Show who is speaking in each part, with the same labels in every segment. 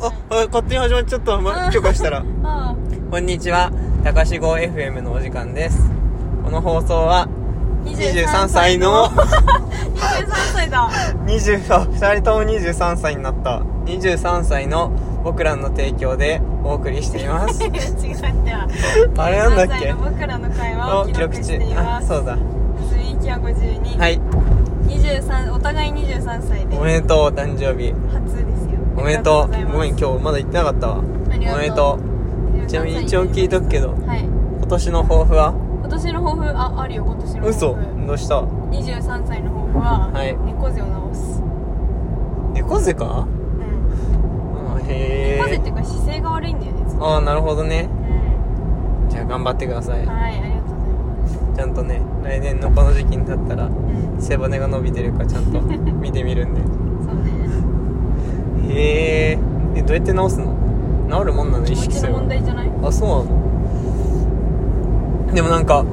Speaker 1: あ、あ勝手に始まっちゃった、ま、許可したら
Speaker 2: あ
Speaker 1: こんにちは高志号 FM のお時間ですこの放送は23歳の
Speaker 2: 23歳だ
Speaker 1: 20あ2人とも23歳になった23歳の僕らの提供でお送りしています
Speaker 2: 違っては
Speaker 1: あれなんだっ
Speaker 2: 23歳
Speaker 1: け
Speaker 2: の僕らの会話を記録してい
Speaker 1: あ
Speaker 2: ます
Speaker 1: そうだ
Speaker 2: 結び息は52、
Speaker 1: はい
Speaker 2: 23お互い23歳で
Speaker 1: おめでとうお誕生日
Speaker 2: 初ですよ
Speaker 1: おめでと
Speaker 2: ありが
Speaker 1: うごめん
Speaker 2: と
Speaker 1: 今日まだ言ってなかったわ
Speaker 2: うございます
Speaker 1: おめ
Speaker 2: あり
Speaker 1: でと
Speaker 2: がとう
Speaker 1: うちなみに一応聞いとくけど
Speaker 2: はい
Speaker 1: 今年の抱負は
Speaker 2: 今年の抱負ああるよ今年の抱負
Speaker 1: 嘘どうした
Speaker 2: 23歳の抱負は、
Speaker 1: はい
Speaker 2: 猫背を直す、
Speaker 1: 猫背か
Speaker 2: うん
Speaker 1: あ
Speaker 2: 猫背っ
Speaker 1: へ
Speaker 2: て
Speaker 1: え
Speaker 2: いうか姿勢が悪いんだよねずっと
Speaker 1: ああなるほどね
Speaker 2: うん
Speaker 1: じゃあ頑張ってください
Speaker 2: はいありがとうございます
Speaker 1: ちゃんとね来年のこの時期になったら
Speaker 2: うん
Speaker 1: 背骨が伸びてるかち ゃんと見てみるんで
Speaker 2: そうね
Speaker 1: へええどうやって直すの治るもんなの意識す
Speaker 2: の
Speaker 1: れば
Speaker 2: 問題じゃない
Speaker 1: あそうなのでもなんか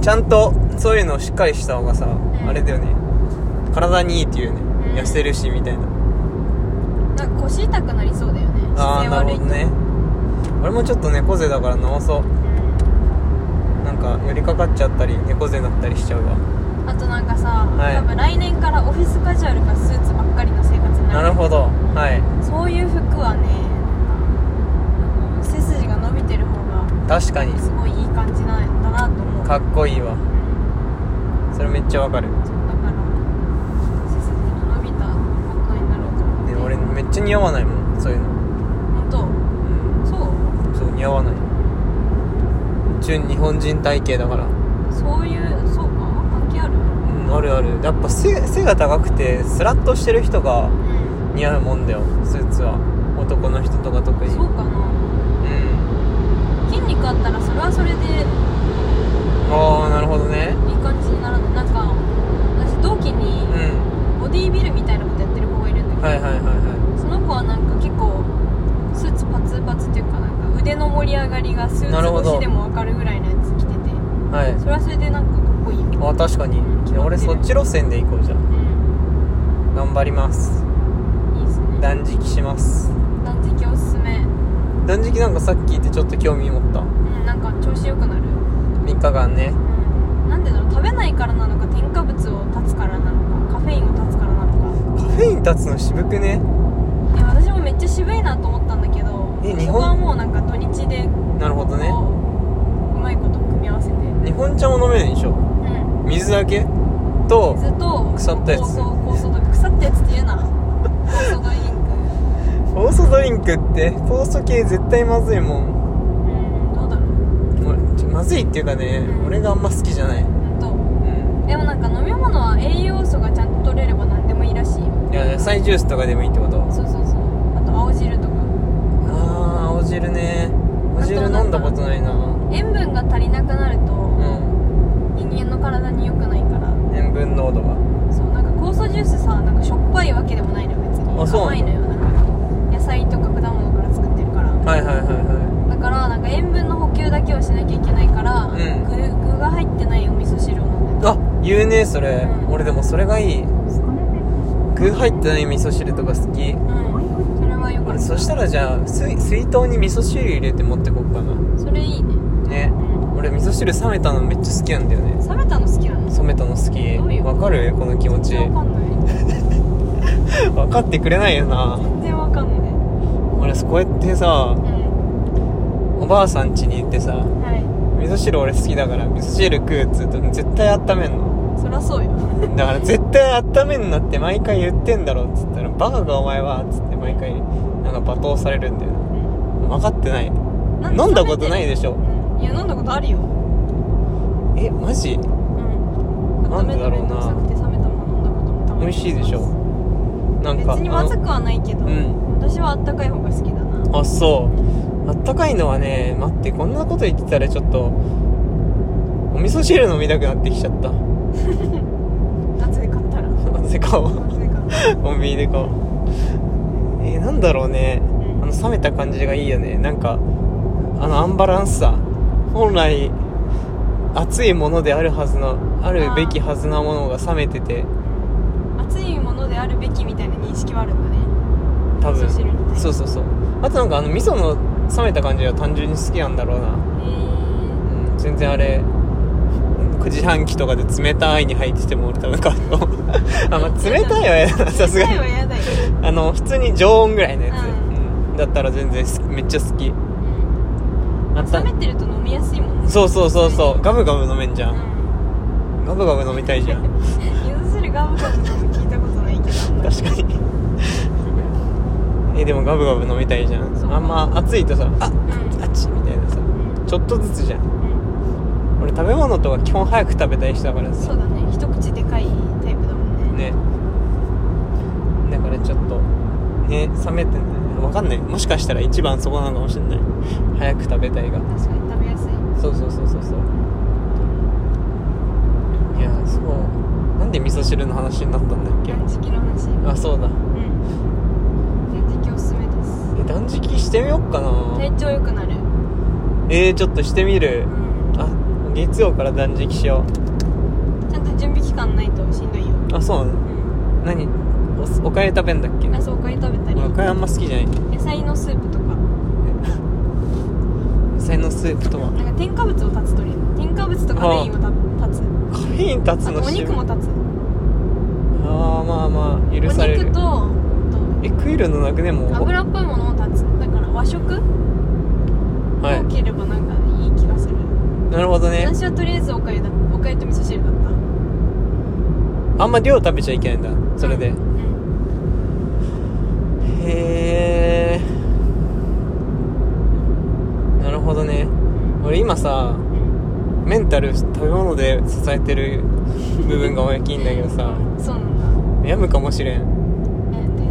Speaker 1: ちゃんとそういうのをしっかりした方がさ、
Speaker 2: ん
Speaker 1: あれだよね体にいいっていうよね、
Speaker 2: うん
Speaker 1: 痩せるしみたいな
Speaker 2: なんか腰痛くなりそうだよね姿
Speaker 1: ああ
Speaker 2: 勢
Speaker 1: な
Speaker 2: 悪
Speaker 1: る
Speaker 2: い
Speaker 1: ほ
Speaker 2: と
Speaker 1: どね俺もちょっと猫背だから直そうなんか寄りかかっちゃったり猫背になったりしちゃうわ
Speaker 2: うんあとなんかさ、
Speaker 1: い
Speaker 2: 多分来年からオフィスカジュアルかスーツばっかりの生活になる
Speaker 1: なるほどはい
Speaker 2: そういう服はねなんか背筋が伸びてる方が
Speaker 1: 確かに
Speaker 2: すごいいい感じなんだなと思う
Speaker 1: かっこいいわ
Speaker 2: うん
Speaker 1: それめっちゃわかる
Speaker 2: そうだから背筋が伸びた格好になろうと思って
Speaker 1: で俺めっちゃ似合わないもんそういうの
Speaker 2: 本
Speaker 1: うん
Speaker 2: 当そう
Speaker 1: そう似合わない純日本人体型だから
Speaker 2: そういうそうか関係ある
Speaker 1: うんあるあるやっぱ背背が高くてスラッとしてる人
Speaker 2: う
Speaker 1: が
Speaker 2: ん
Speaker 1: 似合うもんだよスーツは男の人とか特に
Speaker 2: そうかな
Speaker 1: うん
Speaker 2: 筋肉あったらそれはそれでい
Speaker 1: ああなるほどね
Speaker 2: い感じにならないなんか私同期
Speaker 1: う
Speaker 2: に
Speaker 1: ん
Speaker 2: ボディービルみたいなことやってる子がいるんだけど、
Speaker 1: はいはいはいは
Speaker 2: その子はなんか結構スーツパツパツっていうかなんか腕の盛り上がりがス
Speaker 1: なる
Speaker 2: ー
Speaker 1: ほ
Speaker 2: ツ越しで
Speaker 1: ど
Speaker 2: も分かるぐらいのやつ着てて
Speaker 1: いはい
Speaker 2: それはそれでなんかかっこいいよ
Speaker 1: あ確かに
Speaker 2: うん
Speaker 1: 俺そっち路線で行こうじゃん
Speaker 2: うん
Speaker 1: 頑張ります
Speaker 2: いいですね
Speaker 1: 断食します
Speaker 2: 断食おすすめ
Speaker 1: 断食なんかさっき聞いてちょっと興味持った
Speaker 2: うんなんか調子良くなる、
Speaker 1: 3日間ね
Speaker 2: うん、なんでだろう食べないからなのか添加物を断つからなのかカフェインを断つからなのか
Speaker 1: カフェイン立つの渋くね
Speaker 2: いや私もめっちゃ渋いなと思ったんだけど
Speaker 1: え日
Speaker 2: そ
Speaker 1: 本
Speaker 2: こはもうなんか土日で
Speaker 1: なるほ
Speaker 2: こ
Speaker 1: ど
Speaker 2: う、
Speaker 1: ね
Speaker 2: うまいこと組み合わせてうん
Speaker 1: 日本茶も飲めないでしょ水だけと
Speaker 2: 水と
Speaker 1: 腐ったやつ
Speaker 2: 酵素酵素ド腐ったやつって言うな酵素ドリンク
Speaker 1: 酵素ドリンクって酵素系絶対まずいもん
Speaker 2: うんどうだろう
Speaker 1: 俺ちょまずいっていうかね
Speaker 2: うん
Speaker 1: 俺があんま好きじゃない
Speaker 2: うん
Speaker 1: うん
Speaker 2: とでもなんか飲み物は栄養素がちゃんと取れれば何でもいいらしいよ
Speaker 1: いや野菜ジュースとかでもいいってこと
Speaker 2: そうそうそうあと青汁とか
Speaker 1: あー青汁ね青汁飲んだことないな
Speaker 2: 塩分が足りなくなると、
Speaker 1: うん
Speaker 2: 人間の体に良くないから
Speaker 1: 塩分濃度が
Speaker 2: そうなんか酵素ジュースさなんかしょっぱいわけでもないのよ別に
Speaker 1: あそう
Speaker 2: 甘いのよなんか野菜とか果物から作ってるから
Speaker 1: はいはいはいは
Speaker 2: だからなんか塩分の補給だけをしなきゃいけないから、
Speaker 1: ん
Speaker 2: 具具が入ってないお味噌汁を飲んで
Speaker 1: いあ言うねそれ、
Speaker 2: うん
Speaker 1: 俺でもそれがいい具入ってない味噌汁とか好き
Speaker 2: たうんそれは良かった
Speaker 1: 俺そしたらじゃあ水水筒に味噌汁入れて持ってこっかな
Speaker 2: それいいね、
Speaker 1: ね
Speaker 2: うん、
Speaker 1: 俺味噌汁冷めたのめっちゃ好きなんだよね
Speaker 2: 冷めたの好きなの
Speaker 1: 冷めたの好
Speaker 2: どうい
Speaker 1: き
Speaker 2: うこ
Speaker 1: わ
Speaker 2: と
Speaker 1: かるこの気持ち
Speaker 2: 全然わかんない
Speaker 1: 分かってくれないよな
Speaker 2: 全然わかんない
Speaker 1: 俺こうやってさ
Speaker 2: うん
Speaker 1: おばあさん家に行ってさ
Speaker 2: は
Speaker 1: 味噌汁俺好きだから味噌汁食うっつうと絶対温めんの
Speaker 2: いそりゃそうよ
Speaker 1: だから絶対温めんなって毎回言ってんだろっつったら「バカかお前は」っつって毎回なんか罵倒されるんだよ分かってない飲んだことないでしょ
Speaker 2: うんいや飲んだことあるよ
Speaker 1: えマジ
Speaker 2: うん
Speaker 1: なんでだろう
Speaker 2: 温めためんど
Speaker 1: な
Speaker 2: くさくて冷めたまま飲んだこともたまに
Speaker 1: 美味しいでしょなんか
Speaker 2: 別にまずくはないけど、
Speaker 1: うん
Speaker 2: 私はあったかい方が好きだな
Speaker 1: あのあそうあったかいのはね待ってこんなこと言ってたらちょっとお味噌汁飲みたくなってきちゃった
Speaker 2: 夏で買ったら
Speaker 1: なぜかを
Speaker 2: 夏で買ったら
Speaker 1: コンビニで買おうえー、なんだろうねあの冷めた感じがいいよねなんかあのアンバランスさ本来熱いものであるはずのあるべきはずなものが冷めてて
Speaker 2: 熱いものであるべきみたいな認識はあるんだね
Speaker 1: 多分
Speaker 2: 味噌汁に
Speaker 1: そうそうそうあとなんかあの味噌の冷めた感じが単純に好きなんだろうな、うん、全然あれ9時半期とかで冷たいに入ってても俺多分買うと思う あまあ冷たいは嫌だなさすが
Speaker 2: に
Speaker 1: に
Speaker 2: は嫌だよ、
Speaker 1: あの普通に常温ぐらいのやつ、
Speaker 2: う
Speaker 1: うんだったら全然好きめっちゃ好き
Speaker 2: うん
Speaker 1: あった
Speaker 2: 冷めてると飲みやすいもんね
Speaker 1: そうそうそうそうガブガブ飲めんじゃ、
Speaker 2: うんん
Speaker 1: ガブガブ飲みたいじゃ ん
Speaker 2: 柚子汁ガブガブ飲む聞いたことないけど
Speaker 1: 確かにえでもガブガブ飲みたいじゃ
Speaker 2: そうん
Speaker 1: あんま暑いとさあ
Speaker 2: うん
Speaker 1: あっちみたいなさ
Speaker 2: うん
Speaker 1: ちょっとずつじゃん
Speaker 2: うん
Speaker 1: 俺食べ物とか基本早く食べたい人だから
Speaker 2: そ
Speaker 1: さ
Speaker 2: うだね一口でかいタイプだもんね
Speaker 1: ねだからちょっとね冷めてんだよねわかんないもしかしたら一番そこなのかもしれない早く食べたいが
Speaker 2: 確かに食べやすい
Speaker 1: そうそうそうそうそういやそうなんで味噌汁の話になったんだっけ
Speaker 2: 断食の話うん
Speaker 1: あそうだ
Speaker 2: 断食おすすめです
Speaker 1: え断食してみよっかな
Speaker 2: 体調良くなる
Speaker 1: えー、ちょっとしてみる
Speaker 2: うん
Speaker 1: あ月曜から断食しよ
Speaker 2: ちゃんと準備期間ないとしんどいよ
Speaker 1: うあそうな
Speaker 2: う
Speaker 1: の何おおかゆ食べんだっけ
Speaker 2: んあそうおかゆ食べたり
Speaker 1: 俺おかゆあんま好きじゃない
Speaker 2: 野菜のスープとか
Speaker 1: 野菜のスープとは
Speaker 2: なんか添加物を断つとり添加物とカフェインをた断つ
Speaker 1: カフェイン立つ
Speaker 2: あと
Speaker 1: の
Speaker 2: お肉も断つ
Speaker 1: ああまあまあ許され
Speaker 2: お
Speaker 1: る
Speaker 2: 肉と
Speaker 1: え食えるのなくねもう
Speaker 2: と油っぽいものを断つだから和食
Speaker 1: は
Speaker 2: 多
Speaker 1: い
Speaker 2: ければなんかいい気がする、
Speaker 1: なるほどね
Speaker 2: 私はとりあえずおかゆだおかゆと味噌汁だった
Speaker 1: あんま量食べちゃいけないんだそれで、
Speaker 2: うん
Speaker 1: へえなるほどね俺今さ
Speaker 2: うん
Speaker 1: メンタル食べ物で支えてる部分が大きいんだけどさ
Speaker 2: そうなんだ
Speaker 1: 病むかもしれ
Speaker 2: え
Speaker 1: ん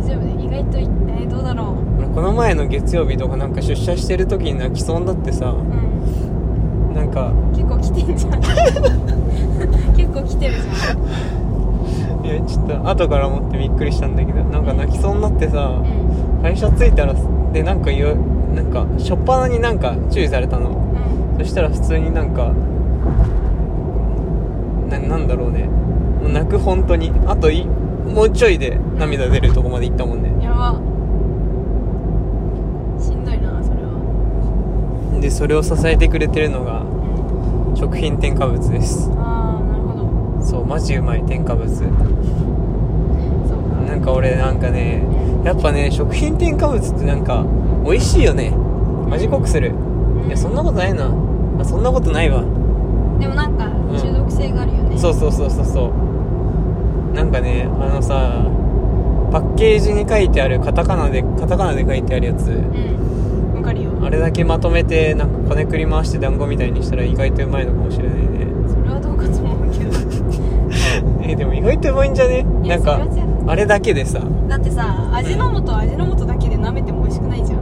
Speaker 2: 大丈夫で意外といえどうだろ
Speaker 1: 俺この前の月曜日とかなんか出社してる時に泣きそうになってさ
Speaker 2: ううん
Speaker 1: なんか
Speaker 2: 結構来てんじゃん 結構来てるじゃん
Speaker 1: いやちょっと後から思ってびっくりしたんだけどなんか泣きそうになってさ
Speaker 2: うん
Speaker 1: 会社着いたらでなんか言うなんか初っ端になんか注意されたの
Speaker 2: うん
Speaker 1: そしたら普通になんかななんだろうねもう泣く本当にあといもうちょいで涙出るとこまで行ったもんね
Speaker 2: やばしんどいなそれは
Speaker 1: でそれを支えてくれてるのが
Speaker 2: うん
Speaker 1: 食品添加物です
Speaker 2: ああなるほど
Speaker 1: そうマジうまい添加物
Speaker 2: そうか
Speaker 1: なんか俺なんかね
Speaker 2: うん
Speaker 1: やっぱね食品添加物ってなんか美味しいよね味濃くするいやそんなことないなあそんなことないわ
Speaker 2: でもなんか中毒性があるよね、
Speaker 1: そうそうそうそうそうなんかねあのさパッケージに書いてあるカタカナでカタカナで書いてあるやつ
Speaker 2: うんわかるよ
Speaker 1: あれだけまとめてなんかこねくり回して団子みたいにしたら意外とうまいのかもしれないね
Speaker 2: それはどうかと思うけど
Speaker 1: えでも意外とうまいんじゃね
Speaker 2: い
Speaker 1: な
Speaker 2: や
Speaker 1: ん
Speaker 2: そ
Speaker 1: か
Speaker 2: れは違う
Speaker 1: あれだけでさ
Speaker 2: だってさ味の素は味の素だけで舐めても美味しくないじゃん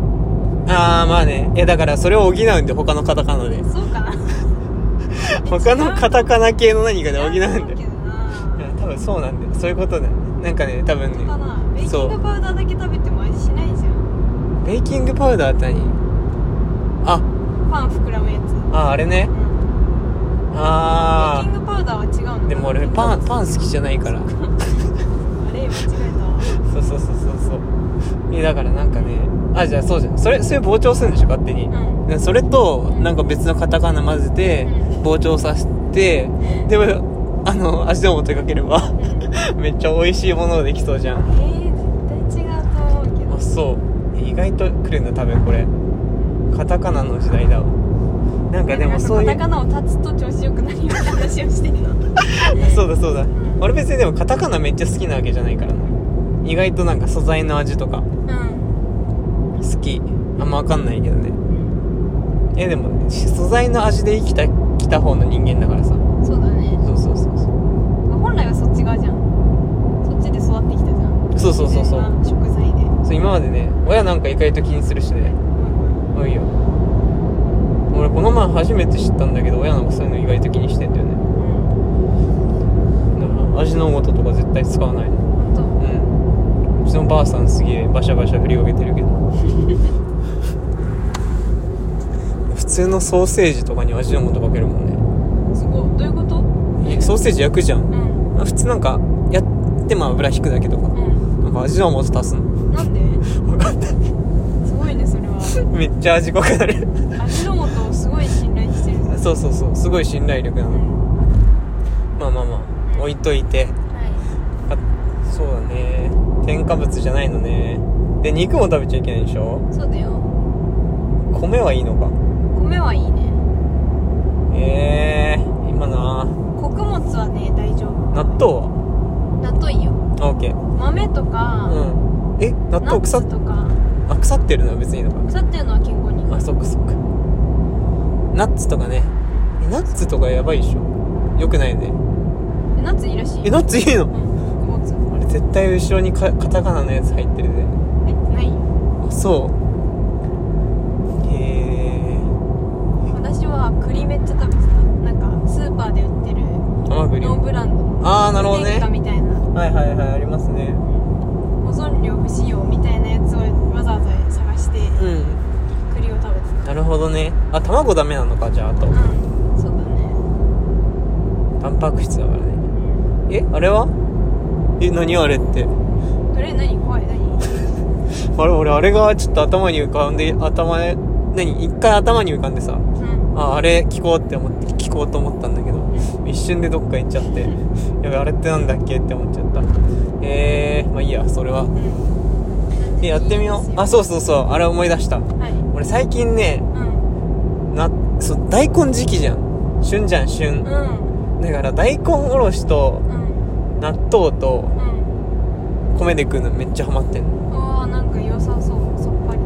Speaker 1: あーまあねえだからそれを補うんで他のカタカナで
Speaker 2: そうかな
Speaker 1: 他のカタカナ系の何かで補うんだ
Speaker 2: 違う
Speaker 1: よ
Speaker 2: けど
Speaker 1: いや
Speaker 2: な
Speaker 1: 多分そうなんだよそういうことねなんかね多分
Speaker 2: 本当か
Speaker 1: ね
Speaker 2: なベーキングパウダーだけ食べても味しないじゃん
Speaker 1: ベーキングパウダーって何あ
Speaker 2: パン膨らむやつうん
Speaker 1: ああれね
Speaker 2: ベー
Speaker 1: あ
Speaker 2: キングパウダーは違うのかな
Speaker 1: あでも俺パンパン好きじゃないから
Speaker 2: あれ間違えたわ
Speaker 1: そうそうそうそうそうえだからなんかねあじゃあそうじゃんそれそれ膨張するんでしょ勝手に、
Speaker 2: うん
Speaker 1: でそれとなんか別のカタカナ混ぜて
Speaker 2: うん
Speaker 1: 膨張させてでもあの味の素かければめっちゃ美味しいものができそうじゃん
Speaker 2: えー、絶対違うと思うけど
Speaker 1: あそう意外と来るんだ多分これカタカナの時代だわなんかでもそうい
Speaker 2: カタ
Speaker 1: う
Speaker 2: カナを立つと調子よくなるような話をしてるの
Speaker 1: そうだそうだ
Speaker 2: ん
Speaker 1: 俺別にでもカタカナめっちゃ好きなわけじゃないからな意外となんか素材の味とか
Speaker 2: うん
Speaker 1: 好きあんま分かんないけどね
Speaker 2: うん
Speaker 1: えでも素材の味で生きた来た方の人間だからさ
Speaker 2: そうだね
Speaker 1: そうそうそうそう
Speaker 2: 本来はそっち側じゃんそっちで育ってきたじゃん
Speaker 1: そうそうそうそう
Speaker 2: 自然な食材で
Speaker 1: そう今までね親なんか意外と気にするしね多いよ俺この前初めて知ったんだけど親なんかそういうの意外と気にしてんだよね
Speaker 2: うん
Speaker 1: だから味の素とか絶対使わない
Speaker 2: 本
Speaker 1: うんうちのばあさんすげえバシャバシャ振り上げてるけど普通のソーセージとかに味の素かけるもん
Speaker 2: 当すごいどういうこと
Speaker 1: ねえソーセージ焼くじゃん
Speaker 2: うん
Speaker 1: 普通なんかやってまあ油引くだけとか
Speaker 2: う
Speaker 1: なんか味の素足すの
Speaker 2: んなんで
Speaker 1: 分かんない めっちゃ味濃くなる
Speaker 2: 味の素をすごい信頼してるんです
Speaker 1: そうそうそうすごい信頼力な
Speaker 2: う
Speaker 1: の、
Speaker 2: ん
Speaker 1: まあまあまあ置いといて
Speaker 2: は
Speaker 1: あそうだね添加物じゃないのねで肉も食べちゃいけないでしょ
Speaker 2: いそうだよ
Speaker 1: 米はいいのか
Speaker 2: 米はいいね
Speaker 1: えー、今な
Speaker 2: 穀物はね大丈夫
Speaker 1: 納豆は
Speaker 2: 納豆いいよ
Speaker 1: あオッケー
Speaker 2: 豆とか、
Speaker 1: うんえ
Speaker 2: ナ
Speaker 1: 納豆
Speaker 2: ッ
Speaker 1: 腐っ
Speaker 2: ツとか
Speaker 1: あ腐ってるのは別にいいのか
Speaker 2: 腐ってるのは健康にいい
Speaker 1: あそっかそっかナッツとかねえナッツとかやばいでしょよくないよね
Speaker 2: えナッツいいらしい
Speaker 1: えナッツいい
Speaker 2: うん
Speaker 1: の
Speaker 2: 穀物
Speaker 1: あれ絶対後ろにかカタカナのやつ入ってるで
Speaker 2: 入ってないよ
Speaker 1: あそうへえ
Speaker 2: 私は栗めっちゃ食べてたなんかスーパーで売ってる
Speaker 1: 甘栗
Speaker 2: ノーブランドの
Speaker 1: ああなるほど
Speaker 2: 天
Speaker 1: ね
Speaker 2: 下みたいな
Speaker 1: はいはいはいありますね
Speaker 2: 保存量不使用みたいなやつをわざわざ探して
Speaker 1: うん
Speaker 2: 栗を食べて
Speaker 1: なるほどねあ卵ダメなのかじゃああと
Speaker 2: たうんそうだね
Speaker 1: タンパク質だからね
Speaker 2: うん
Speaker 1: えあれはえ何あれって
Speaker 2: どれ何怖い何
Speaker 1: あれ俺あれがちょっと頭に浮かんで頭へ何一回頭に浮かんでさ
Speaker 2: うん
Speaker 1: ああれ聞こうって思って聞こうと思ったんだけど一瞬でどっか行っちゃってやべあれってなんだっけって思っちゃったえー、まあいいやそれは
Speaker 2: うん
Speaker 1: えやってみようあ
Speaker 2: そ
Speaker 1: そうそうそうあれ思い出した
Speaker 2: うはい
Speaker 1: 俺最近ね
Speaker 2: うん
Speaker 1: なそう大根時期じゃん旬じゃん旬
Speaker 2: うん
Speaker 1: だから大根おろしと
Speaker 2: うん
Speaker 1: 納豆と
Speaker 2: うん
Speaker 1: 米で食うのめっちゃハマってんの
Speaker 2: あーなんか良さそうさっぱり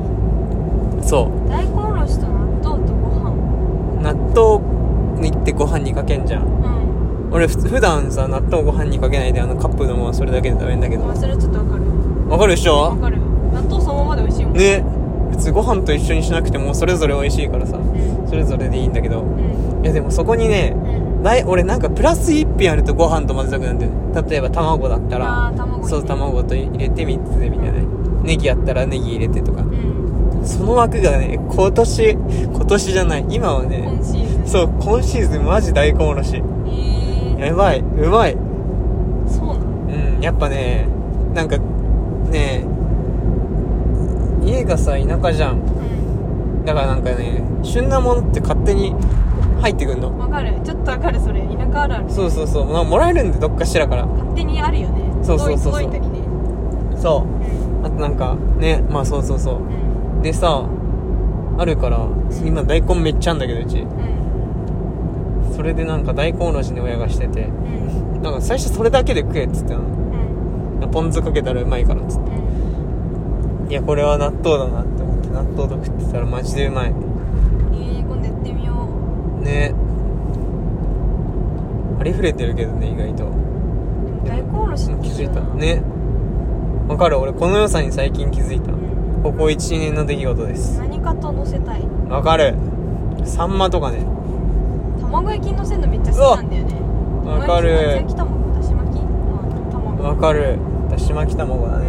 Speaker 1: そ
Speaker 2: 大根おろしと納豆とご飯
Speaker 1: う納豆にってご飯にかけんじゃん
Speaker 2: うん
Speaker 1: 俺ふ普段さ納豆ご飯にかけないであのカップのものそれだけで食べんだけど
Speaker 2: あそれちょっとわかる
Speaker 1: わかるでしょ
Speaker 2: わかる納豆そのままで美味しいもん
Speaker 1: ね別にご飯と一緒にしなくてもそれぞれ美味しいからさ
Speaker 2: うん
Speaker 1: それぞれでいいんだけど
Speaker 2: うん
Speaker 1: いやでもそこにね
Speaker 2: うん
Speaker 1: ない俺なんかプラス1品あるとご飯と混ぜたくなるんだよね例えば卵だったら
Speaker 2: あー卵いいね
Speaker 1: そう卵と入れて3つでみたいなねネギやったらネギ入れてとか
Speaker 2: うん
Speaker 1: その枠がね今年今年じゃない今はね
Speaker 2: 今シーズン
Speaker 1: そう今シーズンマジ大根おろし
Speaker 2: え
Speaker 1: やばいうまい
Speaker 2: ーそうなの
Speaker 1: うんやっぱねなんかね家がさ田舎じゃん
Speaker 2: う
Speaker 1: だからなんかね旬なものって勝手に入ってくん
Speaker 2: ん
Speaker 1: の
Speaker 2: わかるちょっとわかるそれ田舎あるある
Speaker 1: そうそうそうなもらえるんでどっかしらから
Speaker 2: 勝手にあるよね
Speaker 1: そうそうそうそう
Speaker 2: 届い届いたりね
Speaker 1: そ
Speaker 2: うん
Speaker 1: うあとなんかねまあそうそうそう
Speaker 2: うん
Speaker 1: でさあるから今大根めっちゃあんだけどうち
Speaker 2: うん
Speaker 1: それでなんか大根おろしに親がしてて
Speaker 2: うん
Speaker 1: なんか最初それだけで食えっつってたの
Speaker 2: うん
Speaker 1: ポン酢かけたらうまいからっつっ
Speaker 2: うん
Speaker 1: ていやこれは納豆だなって思って納豆と食ってたらマジでうまい
Speaker 2: えー今度やってみよう
Speaker 1: ねありふれてるけどね意外と
Speaker 2: でも大根おろしって
Speaker 1: 気づいた
Speaker 2: な
Speaker 1: ねわかる俺この良さに最近気づいた
Speaker 2: うん
Speaker 1: ここ12年の出来事です
Speaker 2: 何かと乗せたい
Speaker 1: わかるサンマとかね
Speaker 2: 卵焼き乗せるのめっちゃ好きなんだよね
Speaker 1: わかる
Speaker 2: 卵焼き卵だし巻きまあ卵
Speaker 1: わかるだし巻き卵だね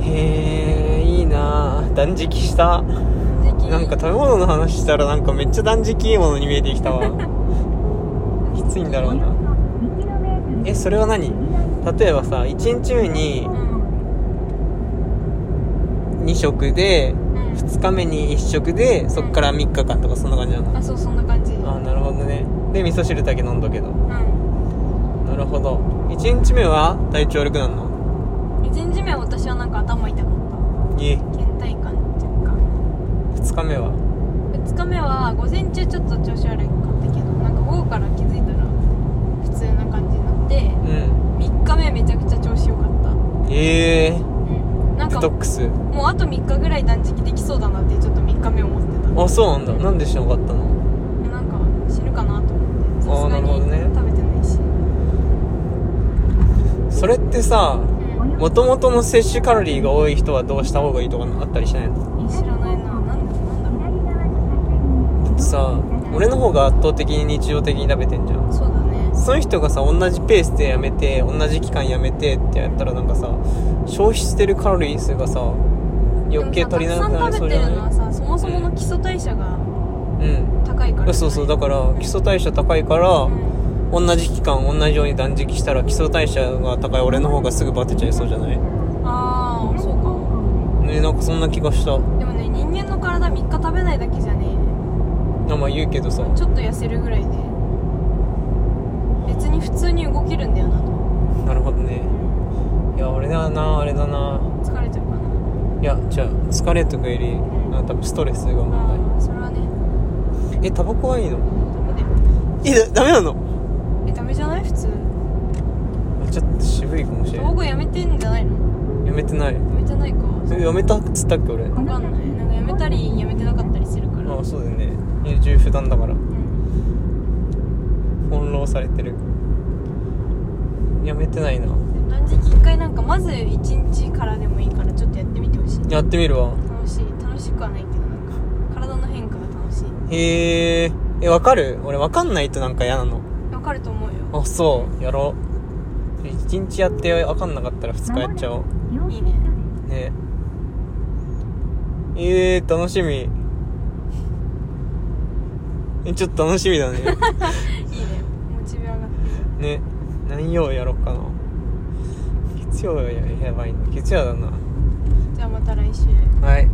Speaker 1: へえいいなあ断食した
Speaker 2: 断食
Speaker 1: なんか食べ物の話したらなんかめっちゃ断食いいものに見えてきたわきついんだろうなえそれは何例えばさ1日目に
Speaker 2: うん
Speaker 1: 2食で
Speaker 2: うん
Speaker 1: 2日目に1食でそっから3日間とかそんな感じなの
Speaker 2: あそうそんな感じうん
Speaker 1: あーなるほどねで味噌汁だけ飲んどけどなるほど1日目は体調悪くなるの
Speaker 2: 1日目は私はなんか頭痛かっ
Speaker 1: いい
Speaker 2: た倦怠感若干
Speaker 1: 2日目は
Speaker 2: 2日目は午前中ちょっと調子悪かったけどなんか午後から気づいたら普通な感じになって
Speaker 1: うん
Speaker 2: 3日目めちゃくちゃ調子良かった
Speaker 1: ええ
Speaker 2: うんなん
Speaker 1: デ
Speaker 2: か
Speaker 1: トックス
Speaker 2: もうあと3日ぐらい断食できそうだなってちょっと3日目思ってた
Speaker 1: あそうなんだなんでしなかった
Speaker 2: なん
Speaker 1: の
Speaker 2: か死ぬかなと思ってさすがに
Speaker 1: あーなるほどね
Speaker 2: 食べてないし、
Speaker 1: それってさ
Speaker 2: うん
Speaker 1: もともとの摂取カロリーが多い人はどうした方がいいとかあったりしないの
Speaker 2: え知らないななんだなんだろ
Speaker 1: だってさ俺の方が圧倒的に日常的に食べてんじゃん
Speaker 2: うそうだね
Speaker 1: その人がさ同じペースでやめて同じ期間やめてってやったらなんかさ消費してるカロリー数がさ余計足りなくな
Speaker 2: でもさたくさ
Speaker 1: りそ
Speaker 2: ん食
Speaker 1: う
Speaker 2: べて
Speaker 1: じゃ
Speaker 2: るの
Speaker 1: な
Speaker 2: はいさそもそもの基礎代謝が
Speaker 1: うん
Speaker 2: 高いからじゃない
Speaker 1: そうそうだから基礎代謝高いから、
Speaker 2: うん
Speaker 1: 同じ期間同じように断食したら基礎代謝が高い俺の方がすぐバテちゃいそうじゃない
Speaker 2: ああそうか
Speaker 1: ねなんなんかそんな気がした
Speaker 2: でもね人間の体3日食べないだけじゃね
Speaker 1: あまあ言うけどさ
Speaker 2: ちょっと痩せるぐらいで別に普通に動けるんだよなと
Speaker 1: なるほどね
Speaker 2: うん
Speaker 1: いや俺だなあれだな
Speaker 2: 疲れちゃうかない
Speaker 1: やじゃあ疲れとかより
Speaker 2: ん
Speaker 1: あ多分ストレスが問
Speaker 2: ああそれはね
Speaker 1: 題えタバコはいいの
Speaker 2: ダメだよ
Speaker 1: えだダメなの
Speaker 2: えダメじゃない普通
Speaker 1: あちょっと渋いかもしれな
Speaker 2: 道
Speaker 1: い
Speaker 2: 具やめてんじゃないの
Speaker 1: やめてない
Speaker 2: やめてないかわ
Speaker 1: えやめたっつったっけ俺あ
Speaker 2: かんないなんかやめたりやめてなかったりするから
Speaker 1: そうだよね優柔不断だから
Speaker 2: うん
Speaker 1: 翻弄されてるやめてないな
Speaker 2: 断食一回なんかまず1日からでもいいからちょっとやってみてほしい
Speaker 1: やってみるわ
Speaker 2: 楽しい楽しくはないけどなんか体の変化が楽しい
Speaker 1: へええわかる俺わかんないとなんか嫌なの
Speaker 2: わかると思うよ
Speaker 1: あそうやろう一日やってわかんなかったら二日やっちゃおう
Speaker 2: いいね
Speaker 1: ねええー、楽しみえちょっと楽しみだね
Speaker 2: いいねモチベ上がって
Speaker 1: ね何曜やろうかな月曜ややばいな月曜だな
Speaker 2: じゃあまた来週
Speaker 1: はい